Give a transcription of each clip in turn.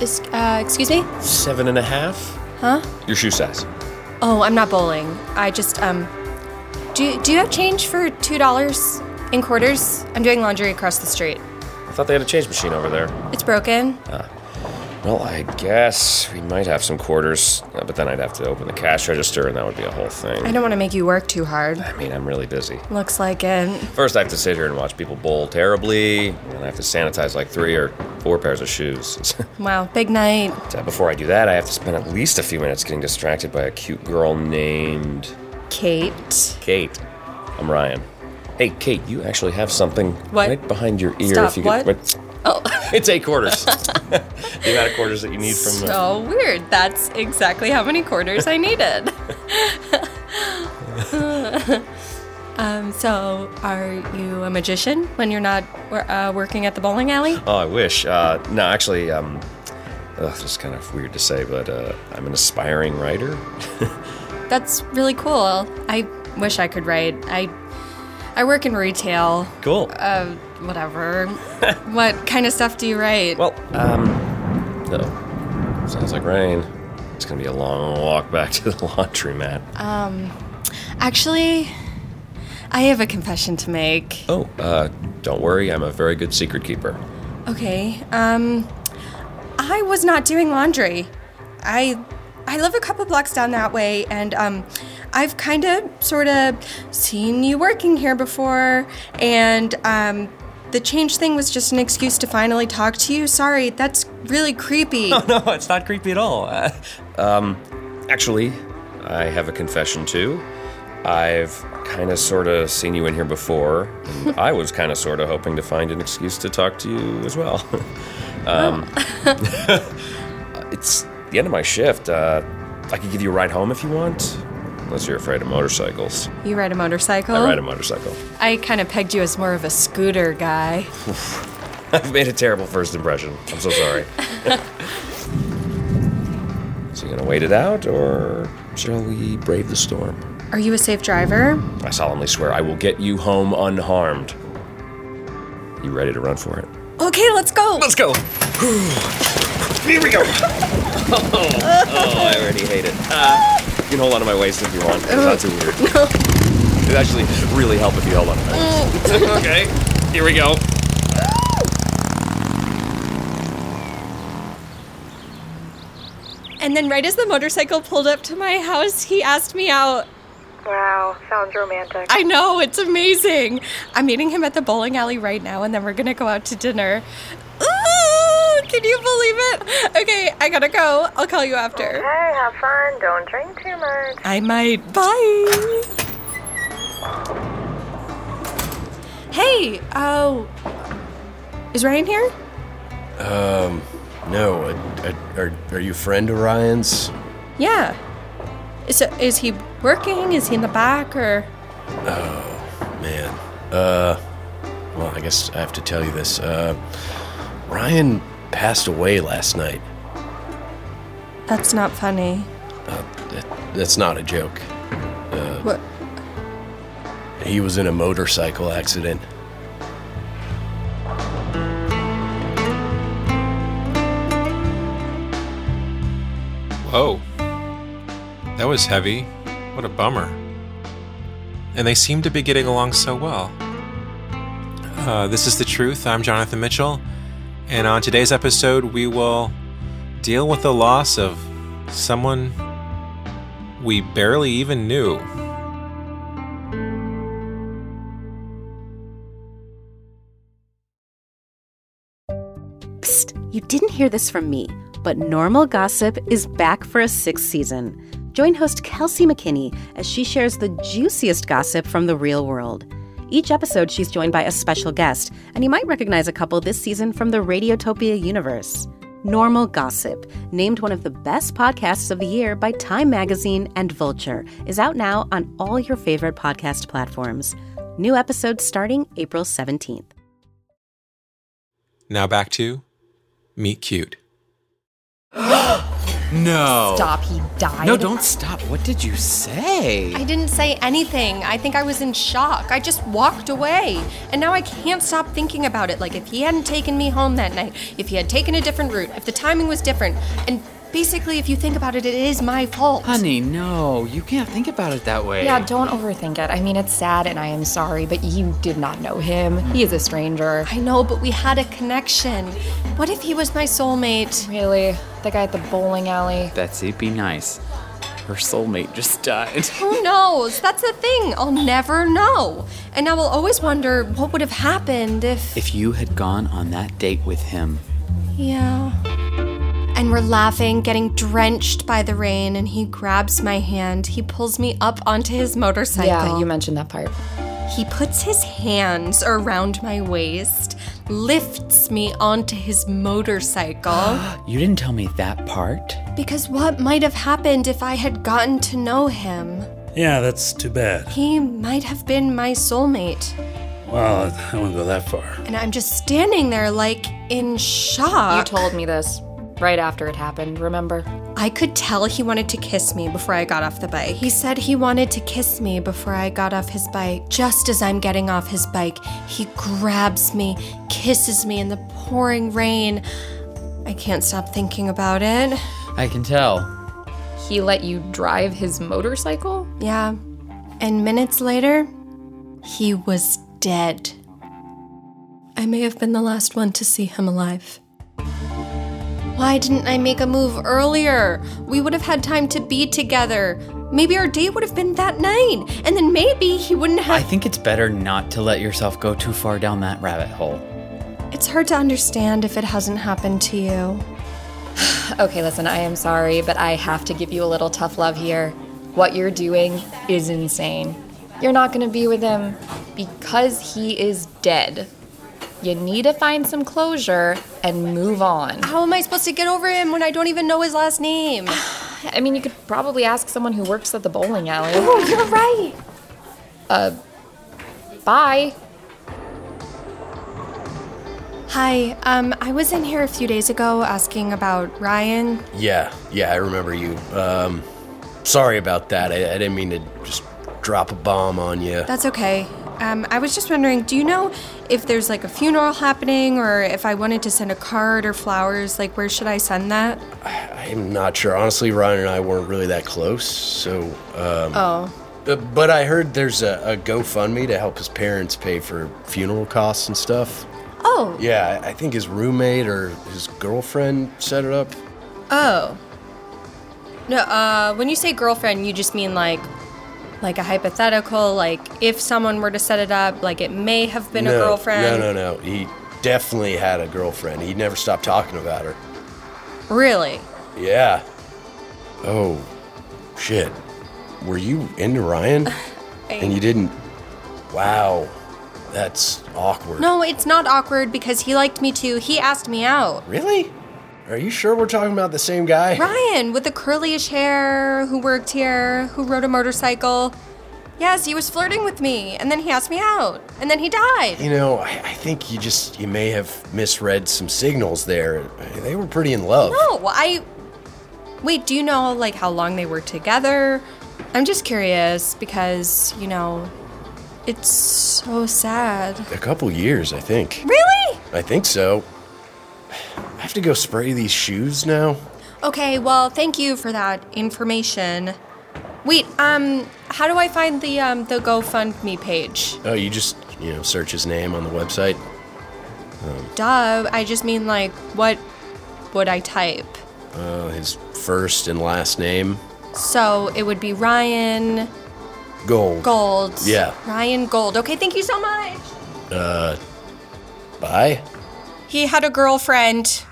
Is, uh, excuse me? Seven and a half? Huh? Your shoe size. Oh, I'm not bowling. I just, um, do, do you have change for $2 in quarters? I'm doing laundry across the street. I thought they had a change machine over there. It's broken. Well, I guess we might have some quarters, uh, but then I'd have to open the cash register, and that would be a whole thing. I don't want to make you work too hard. I mean, I'm really busy. Looks like it. First, I have to sit here and watch people bowl terribly, and I have to sanitize like three or four pairs of shoes. Wow, big night. Uh, Before I do that, I have to spend at least a few minutes getting distracted by a cute girl named Kate. Kate. I'm Ryan. Hey, Kate, you actually have something What? right behind your ear. Stop, if you what? Could, Oh, it's eight quarters. the amount of quarters that you need from. Uh, So weird. That's exactly how many quarters I needed. um, so, are you a magician when you're not uh, working at the bowling alley? oh, I wish. Uh, no, actually, um, ugh, this is kind of weird to say, but uh, I'm an aspiring writer. That's really cool. I wish I could write. I I work in retail. Cool. Uh, whatever. what kind of stuff do you write? well, um, no. Sounds like rain. It's gonna be a long walk back to the laundromat. Uh. Actually, I have a confession to make. oh, uh, don't worry. I'm a very good secret keeper. Okay. Um, I was not doing laundry. I I live a couple blocks down that way, and um, I've kind of sort of seen you working here before, and um. The change thing was just an excuse to finally talk to you. Sorry, that's really creepy. no, it's not creepy at all. Uh, um, actually, I have a confession too. I've kind of sort of seen you in here before, and I was kind of sort of hoping to find an excuse to talk to you as well. um, it's the end of my shift. Uh, I could give you a ride home if you want, unless you're afraid of motorcycles. You ride a motorcycle? I ride a motorcycle. I kind of pegged you as more of a scooter guy. I've made a terrible first impression. I'm so sorry. so you gonna wait it out, or shall we brave the storm? Are you a safe driver? I solemnly swear I will get you home unharmed. You ready to run for it? Okay, let's go. Let's go. Here we go. Oh, oh, I already hate it. Uh, you can hold on to my waist if you want. It's not too weird. It'd actually really help if you held on to my waist. okay, here we go. And then, right as the motorcycle pulled up to my house, he asked me out. Wow, sounds romantic. I know, it's amazing. I'm meeting him at the bowling alley right now, and then we're gonna go out to dinner. Ooh, can you believe it? Okay, I gotta go. I'll call you after. Hey, have fun. Don't drink too much. I might. Bye. Hey, oh. Is Ryan here? Um, No, I, I, are, are you a friend of Ryan's? Yeah. Is, is he working? Is he in the back or? Man. Uh, well, I guess I have to tell you this. Uh, Ryan passed away last night. That's not funny. That, that's not a joke. Uh, What? He was in a motorcycle accident. Whoa. Oh, That was heavy. What a bummer. And they seem to be getting along so well. Uh, this is The Truth. I'm Jonathan Mitchell. And on today's episode, we will deal with the loss of someone we barely even knew. Psst, you didn't hear this from me, but Normal Gossip is back for a sixth season. Join host Kelsey McKinney as she shares the juiciest gossip from the real world. Each episode, she's joined by a special guest, and you might recognize a couple this season from the Radiotopia universe. Normal Gossip, named one of the best podcasts of the year by Time Magazine and Vulture, is out now on all your favorite podcast platforms. New episodes starting April 17th. Now back to Meet Cute. No. Stop, he died. Oh. No, don't stop. What did you say? I didn't say anything. I think I was in shock. I just walked away. And now I can't stop thinking about it. Like, if he hadn't taken me home that night, if he had taken a different route, if the timing was different. And basically, if you think about it, it is my fault. Honey, no. You can't think about it that way. Yeah, don't overthink it. I mean, it's sad and I am sorry, but you did not know him. He is a stranger. I know, but we had a connection. What if he was my soulmate? Really? The guy at the bowling alley? Betsy, be nice. Her soulmate just died. Who knows? That's the thing. I'll never know. And I will always wonder what would have happened if. if you had gone on that date with him, Yeah. And we're laughing, getting drenched by the rain, and he grabs my hand. He pulls me up onto his motorcycle. Yeah, you mentioned that part. He puts his hands around my waist, lifts me onto his motorcycle. you didn't tell me that part. because what might have happened if I had gotten to know him? Yeah, that's too bad. He might have been my soulmate. Well, I wouldn't go that far. And I'm just standing there, like, in You shock. told me this right after it happened, remember? I could tell he wanted to kiss me before I got off the bike. He said he wanted to kiss me before I got off his bike. Just as I'm getting off his bike, he grabs me, kisses me in the pouring rain. I can't stop thinking about it. I can tell. He let you drive his motorcycle? Yeah. And minutes later, he was dead. I may have been the last one to see him alive. Why didn't I make a move earlier? We would have had time to be together. Maybe our date would have been that night. And then maybe he wouldn't I have. think it's better not to let yourself go too far down that rabbit hole. it's hard to understand if it hasn't happened to you. Okay, listen, I am sorry, but I have to give you a little tough love here. What you're doing is insane. You're not gonna be with him because he is dead. You need to find some closure and move on. How am I supposed to get over him when I don't even know his last name? I mean, you could probably ask someone who works at the bowling alley. oh, you're right. Bye. Hi, um, I was in here a few days ago asking about Ryan. Yeah, yeah, I remember you. Um, sorry about that. I, I didn't mean to just drop a bomb on you. That's okay. Um, I was just wondering, do you know if there's like a funeral happening or if I wanted to send a card or flowers? Like, where should I send that? I'm not sure. Honestly, Ryan and I weren't really that close, so. Um, Oh, bu- But I heard there's a, a GoFundMe to help his parents pay for funeral costs and stuff. oh, Yeah, I I think his roommate or his girlfriend set it up. oh. No, uh, when you say girlfriend, you just mean like, like a hypothetical, like if someone were to set it up, like it may have been a girlfriend. No, no, no. He definitely had a girlfriend. He never stopped talking about her. no. Really? Yeah. Oh, shit. Were you into Ryan? and you didn't. Wow. That's awkward. No, it's not awkward because he liked me too. He asked me out. Really? Are you sure we're talking about the same guy? Ryan with the curlyish hair who worked here, who rode a motorcycle. Yes, he was flirting with me, and then he asked me out, and then he died. You know, I, I think you just, you may have misread some signals there. They were pretty in love. No, I. Wait, do you know, like, how long they were together? I'm just curious because, you know, it's so sad. A couple years, I think. Really? I think so. I have to go spray these shoes now. Okay, well, thank you for that information. Wait, um, how do I find the um the GoFundMe page? Oh, you just, you know, search his name on the website. Duh, I just mean like what would I type? Uh, his first and last name. So it would be Ryan Gold. Gold. Yeah. Ryan Gold. Okay, thank you so much. Bye. He had a girlfriend.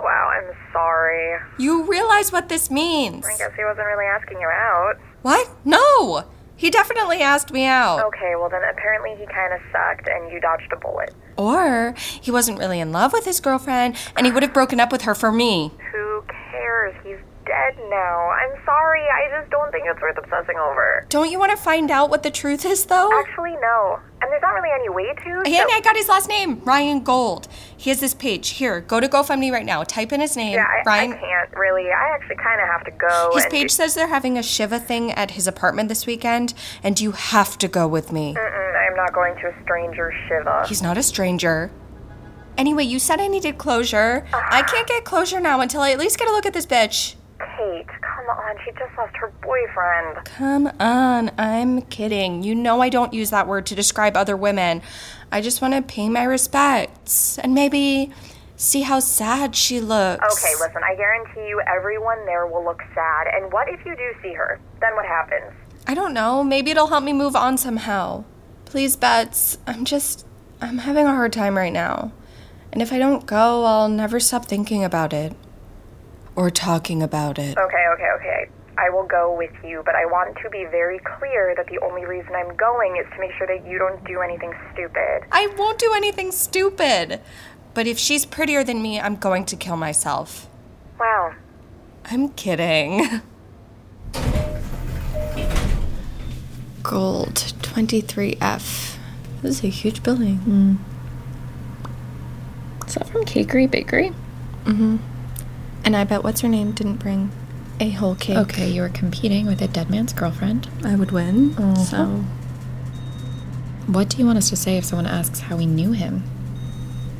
Wow, I'm sorry. You realize what this means. I guess he wasn't really asking you out. What? No! He definitely asked me out. Okay, well then apparently he kind of sucked and you dodged a bullet. Or he wasn't really in love with his girlfriend and he would have broken up with her for me. Who cares? He's dead now. I'm sorry. I just don't think it's worth obsessing over. Don't you want to find out what the truth is, though? Actually, no. I'm and there's not really any way to. And I got his last name, Ryan Gold. He has this page. Here, go to GoFundMe right now. Type in his name, Yeah, I, Ryan. I can't really. I actually kind of have to go. His and page says they're having a Shiva thing at his apartment this weekend, and you have to go with me. Do, Mm-mm, I'm not going to a stranger shiva. He's not a stranger. Anyway, you said I needed closure. I can't get closure now until I at least get a look at this bitch. Kate, come on. She just lost her boyfriend. Come on, I'm kidding. You know I don't use that word to describe other women. I just want to pay my respects and maybe see how sad she looks. Okay, listen. I guarantee you, everyone there will look sad. And what if you do see her? Then what happens? I don't know. Maybe it'll help me move on somehow. Please, Bets. I'm just. I'm having a hard time right now. And if I don't go, I'll never stop thinking about it. Or talking about it. Okay, okay, okay. I will go with you, but I want to be very clear that the only reason I'm going is to make sure that you don't do anything stupid. I won't do anything stupid. But if she's prettier than me, I'm going to kill myself. Wow. I'm kidding. Gold 23F. This is a huge building. Is that from Cakery Bakery? And I bet what's her name didn't bring a whole cake. Okay, you were competing with a dead man's girlfriend. I would win. Uh-huh. So, what do you want us to say if someone asks how we knew him?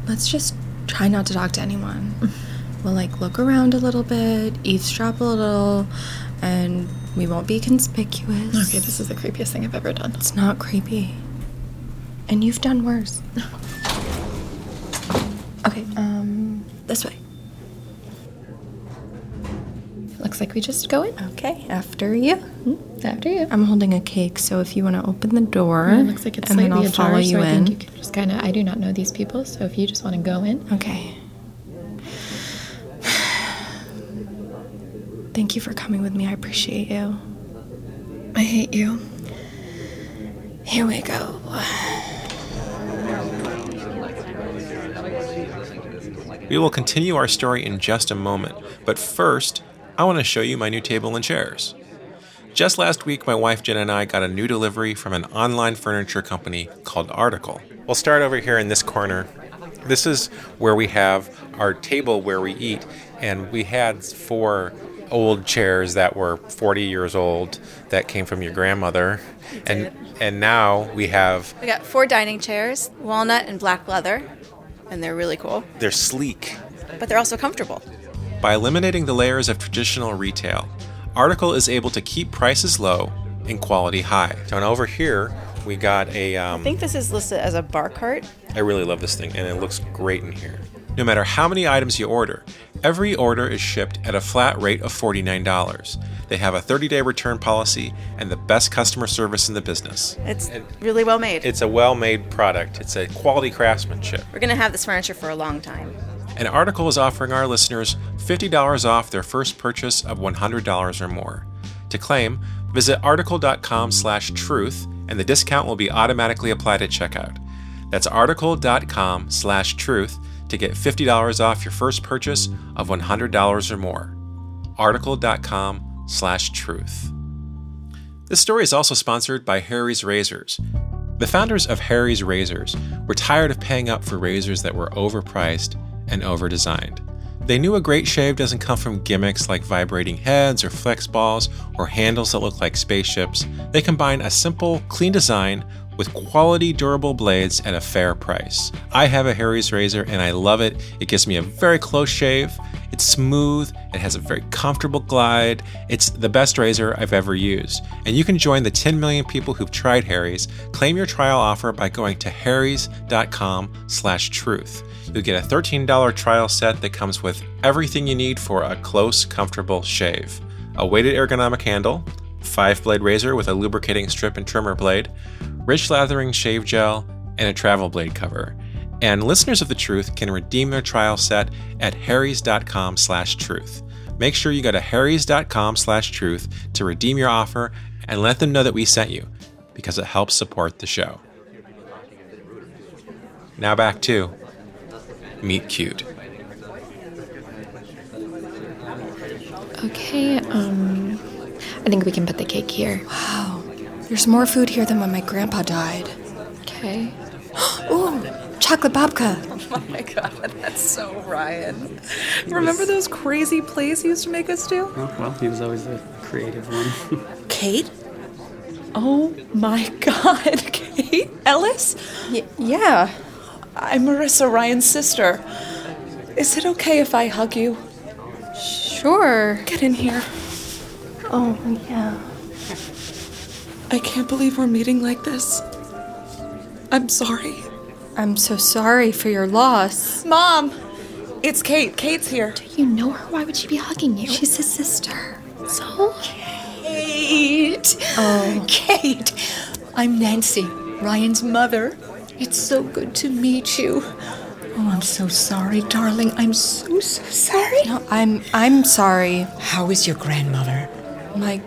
Let's just try not to talk to anyone. We'll like look around a little bit, eavesdrop a little, and we won't be conspicuous. Okay, this is the creepiest thing I've ever done. It's not creepy. And you've done worse. okay, um, this way. Looks like we just go in Okay, after you. Mm-hmm. after you. I'm holding a cake, so if you want to open the door, It looks like it's and then slightly I'll ajar, follow you so I in. think you can just kind of. I do not know these people, so if you just want to go in, Okay. Thank you for coming with me. I appreciate you. I hate you. Here we go. We will continue our story in just a moment, but first, I want to show you my new table and chairs. Just last week, my wife Jen and I got a new delivery from an online furniture company called Article. We'll start over here in this corner. This is where we have our table where we eat, and we had four old chairs that were 40 years old that came from your grandmother. And and now we have We got four dining chairs, walnut and black leather, and they're really cool, they're sleek but they're also comfortable. By eliminating the layers of traditional retail, Article is able to keep prices low and quality high. So, and over here, we got a. Um, I think this is listed as a bar cart. I really love this thing, and it looks great in here. No matter how many items you order, every order is shipped at a flat rate of $49. They have a 30 day return policy and the best customer service in the business. It's really well made. It's a well made product, it's a quality craftsmanship. We're gonna have this furniture for a long time. An article is offering our listeners $50 off their first purchase of $100 or more. To claim, visit article.com slash truth and the discount will be automatically applied at checkout. That's article.com slash truth to get $50 off your first purchase of $100 or more. article.com slash truth. This story is also sponsored by Harry's Razors. The founders of Harry's Razors were tired of paying up for razors that were overpriced and overdesigned. They knew a great shave doesn't come from gimmicks like vibrating heads or flex balls or handles that look like spaceships. They combine a simple, clean design with quality, durable blades at a fair price. I have a Harry's razor and I love it. It gives me a very close shave. It's smooth, it has a very comfortable glide. It's the best razor I've ever used. And you can join the 10 million people who've tried Harry's. Claim your trial offer by going to harrys.com/truth. You'll get a $13 trial set that comes with everything you need for a close, comfortable shave. A weighted ergonomic handle, five blade razor with a lubricating strip and trimmer blade, rich lathering shave gel, and a travel blade cover. And listeners of the truth can redeem their trial set at harrys.com slash truth. Make sure you go to harrys.com slash truth to redeem your offer and let them know that we sent you because it helps support the show. Now back to Meet Cute. Okay, um, I think we can put the cake here. There's more food here than when my grandpa died. Okay. Ooh, chocolate babka. Oh my god, that's so Ryan. Remember those crazy plays he used to make us do? Oh, well, he was always the creative one. Kate? Oh my god, Kate Ellis? yeah. I'm Marissa Ryan's sister. Is it okay if I hug you? Sure. Get in here. Oh, yeah. I can't believe we're meeting like this. I'm sorry. I'm so sorry for your loss. Mom! It's Kate. Kate's here. Do you know her? Why would she be hugging you? She's his sister. So? Kate! Oh. Kate! I'm Nancy, Ryan's mother. It's so good to meet you. Oh, I'm so sorry, darling. I'm so, so sorry. No, I'm I'm sorry. How is your grandmother? My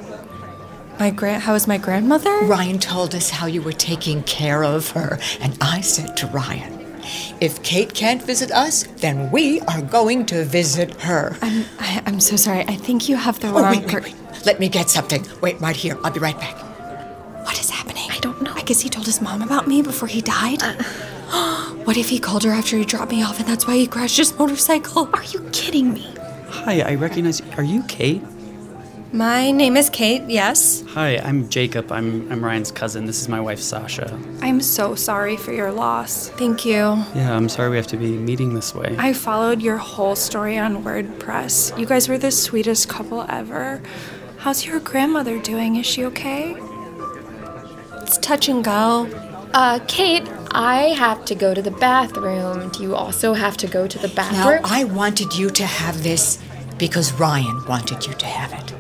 my grand how is my grandmother? Ryan told us how you were taking care of her, and I said to Ryan, if Kate can't visit us, then we are going to visit her. I'm I, I'm so sorry. I think you have the Oh, wrong wait, wait, wait. Let me get something. Wait right here. I'll be right back. What is happening? I don't know. I guess he told his mom about me before he died. Uh, what if he called her after he dropped me off and that's why he crashed his motorcycle? Are you kidding me? Hi, I recognize. Are you Kate? My name is Kate, yes. Hi, I'm Jacob. I'm I'm Ryan's cousin. This is my wife Sasha. I'm so sorry for your loss. Thank you. Yeah, I'm sorry we have to be meeting this way. I followed your whole story on WordPress. You guys were the sweetest couple ever. How's your grandmother doing? Is she okay? It's touch and go. Uh, Kate, I have to go to the bathroom. Do you also have to go to the Now, bathroom? I wanted you to have this because Ryan wanted you to have it.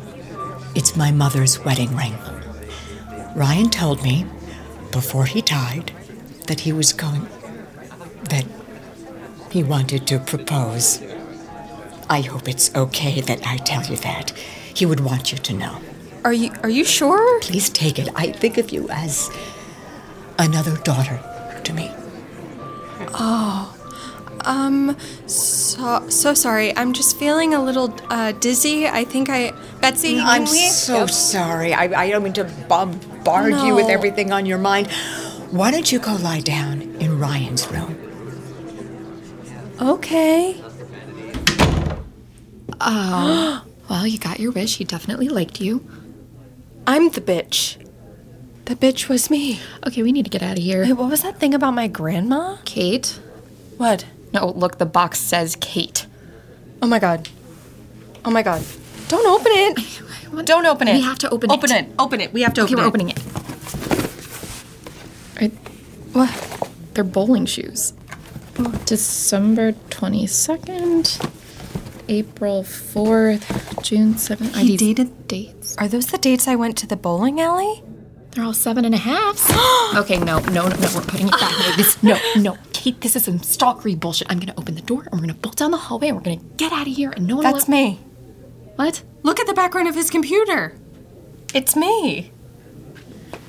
It's my mother's wedding ring. Ryan told me before he died that he was going, that he wanted to propose. I hope it's okay that I tell you that. He would want you to know. Are you are you sure? Please take it. I think of you as another daughter to me. Oh. Um so so sorry. I'm just feeling a little uh, dizzy. I think I Betsy, can Mm, I'm we so sorry. I, I don't mean to bombard you with No. everything on your mind. Why don't you go lie down in Ryan's room? Okay. Oh. well, you got your wish. He definitely liked you. I'm the bitch. The bitch was me. Okay, we need to get out of here. Wait, what was that thing about my grandma? Kate? What? No, look, the box says Kate. Oh my god. Oh my god. Don't open it. Don't open it. We have to open it. Open it. Open it. We have to okay, open we're it. opening it. Are- what? They're bowling shoes. December 22nd, April 4th, June 7th. He these dated- dates. Are those the dates I went to the bowling alley? They're all seven and a halves. okay, no, no, no, no, we're putting it back. No, this, no, no, Kate, this is some stalkery bullshit. I'm gonna open the door and we're gonna bolt down the hallway and we're gonna get out of here and no one will That's ever- me. What? Look at the background of his computer. It's me.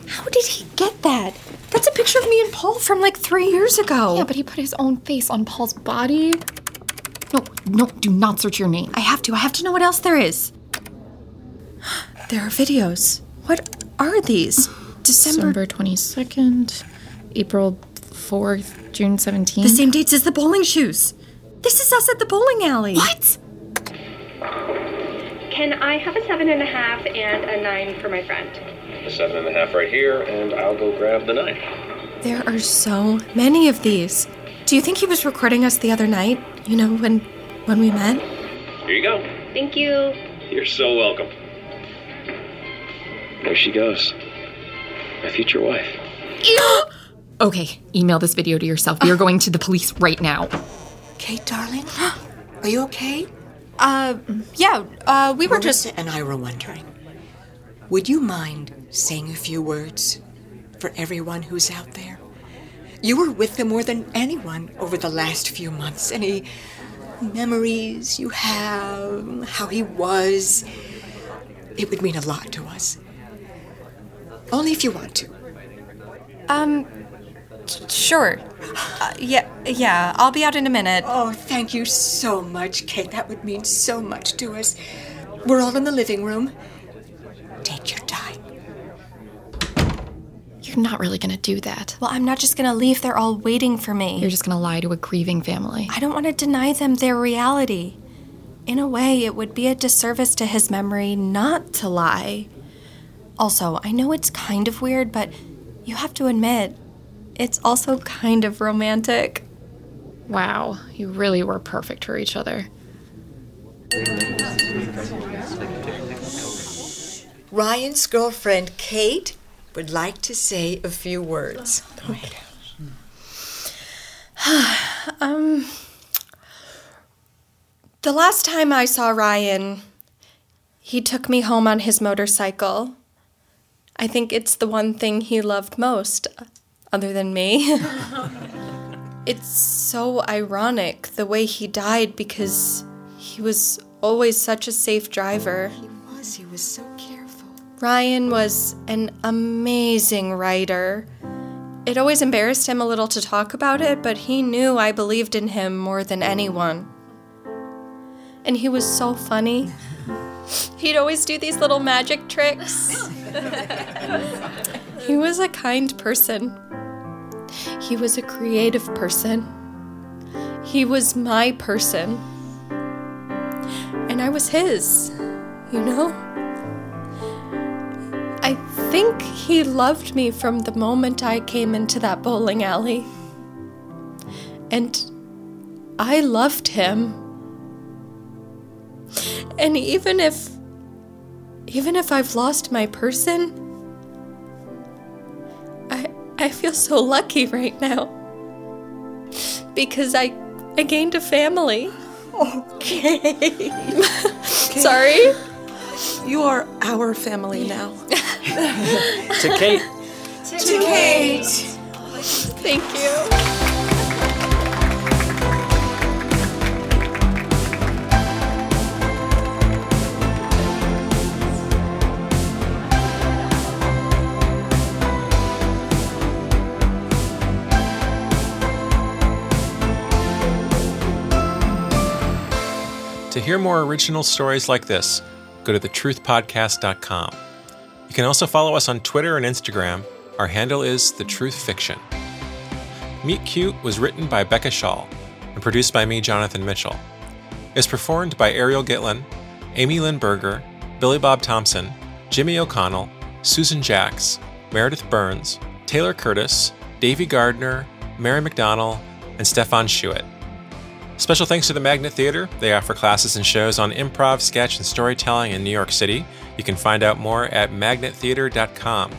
How did he get that? That's a picture of me and Paul from like three years ago. Yeah, but he put his own face on Paul's body. No, no, do not search your name. I have to. I have to know what else there is. There are videos. What are these? December. December 22nd, April 4th, June 17th. The same dates as the bowling shoes. This is us at the bowling alley. What? Can I have a seven and a half and a nine for my friend? The seven and a half right here, and I'll go grab the nine. There are so many of these. Do you think he was recording us the other night? You know when when we met? Here you go. Thank you. You're so welcome. There she goes. My future wife. Okay, email this video to yourself. We are going to the police right now. Kate, darling, are you okay? Uh, yeah. Uh, we were just and I were wondering. Would you mind saying a few words for everyone who's out there? You were with them more than anyone over the last few months. Any memories you have, how he was, it would mean a lot to us. Only if you want to. Um, sure. Uh, yeah, yeah. I'll be out in a minute. Oh, thank you so much, Kate. That would mean so much to us. We're all in the living room. Take your time. You're not really gonna do that. Well, I'm not just gonna leave. They're all waiting for me. You're just gonna lie to a grieving family. I don't want to deny them their reality. In a way, it would be a disservice to his memory not to lie. Also, I know it's kind of weird, but you have to admit, it's also kind of romantic. Wow, you really were perfect for each other. Ryan's girlfriend, Kate, would like to say a few words. um, the last time I saw Ryan, he took me home on his motorcycle. I think it's the one thing he loved most, other than me. it's so ironic the way he died because he was always such a safe driver. He was, he was so careful. Ryan was an amazing writer. It always embarrassed him a little to talk about it, but he knew I believed in him more than anyone. And he was so funny. He'd always do these little magic tricks. he was a kind person. He was a creative person. He was my person. And I was his, you know? I think he loved me from the moment I came into that bowling alley. And I loved him. And even if even if I've lost my person, I I feel so lucky right now. Because I I gained a family. Okay. Sorry. You are our family now. To Kate. To Kate. Thank you. To hear more original stories like this, go to thetruthpodcast.com. You can also follow us on Twitter and Instagram. Our handle is The Truth Fiction. Meet Cute was written by Becca Shaw and produced by me, Jonathan Mitchell. It's performed by Ariel Gitlin, Amy Lynn Berger, Billy Bob Thompson, Jimmy O'Connell, Susan Jacks, Meredith Burns, Taylor Curtis, Davey Gardner, Mary McDonnell, and Stefan Schuett. Special thanks to the Magnet Theater. They offer classes and shows on improv, sketch, and storytelling in New York City. You can find out more at magnettheater.com.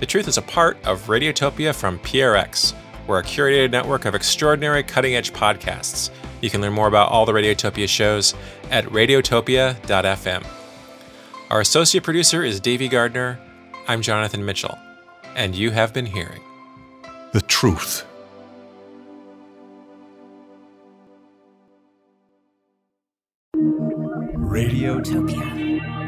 The Truth is a part of Radiotopia from PRX. We're a curated network of extraordinary cutting edge podcasts. You can learn more about all the Radiotopia shows at radiotopia.fm. Our associate producer is Davey Gardner. I'm Jonathan Mitchell, and you have been hearing The truth. Radiotopia.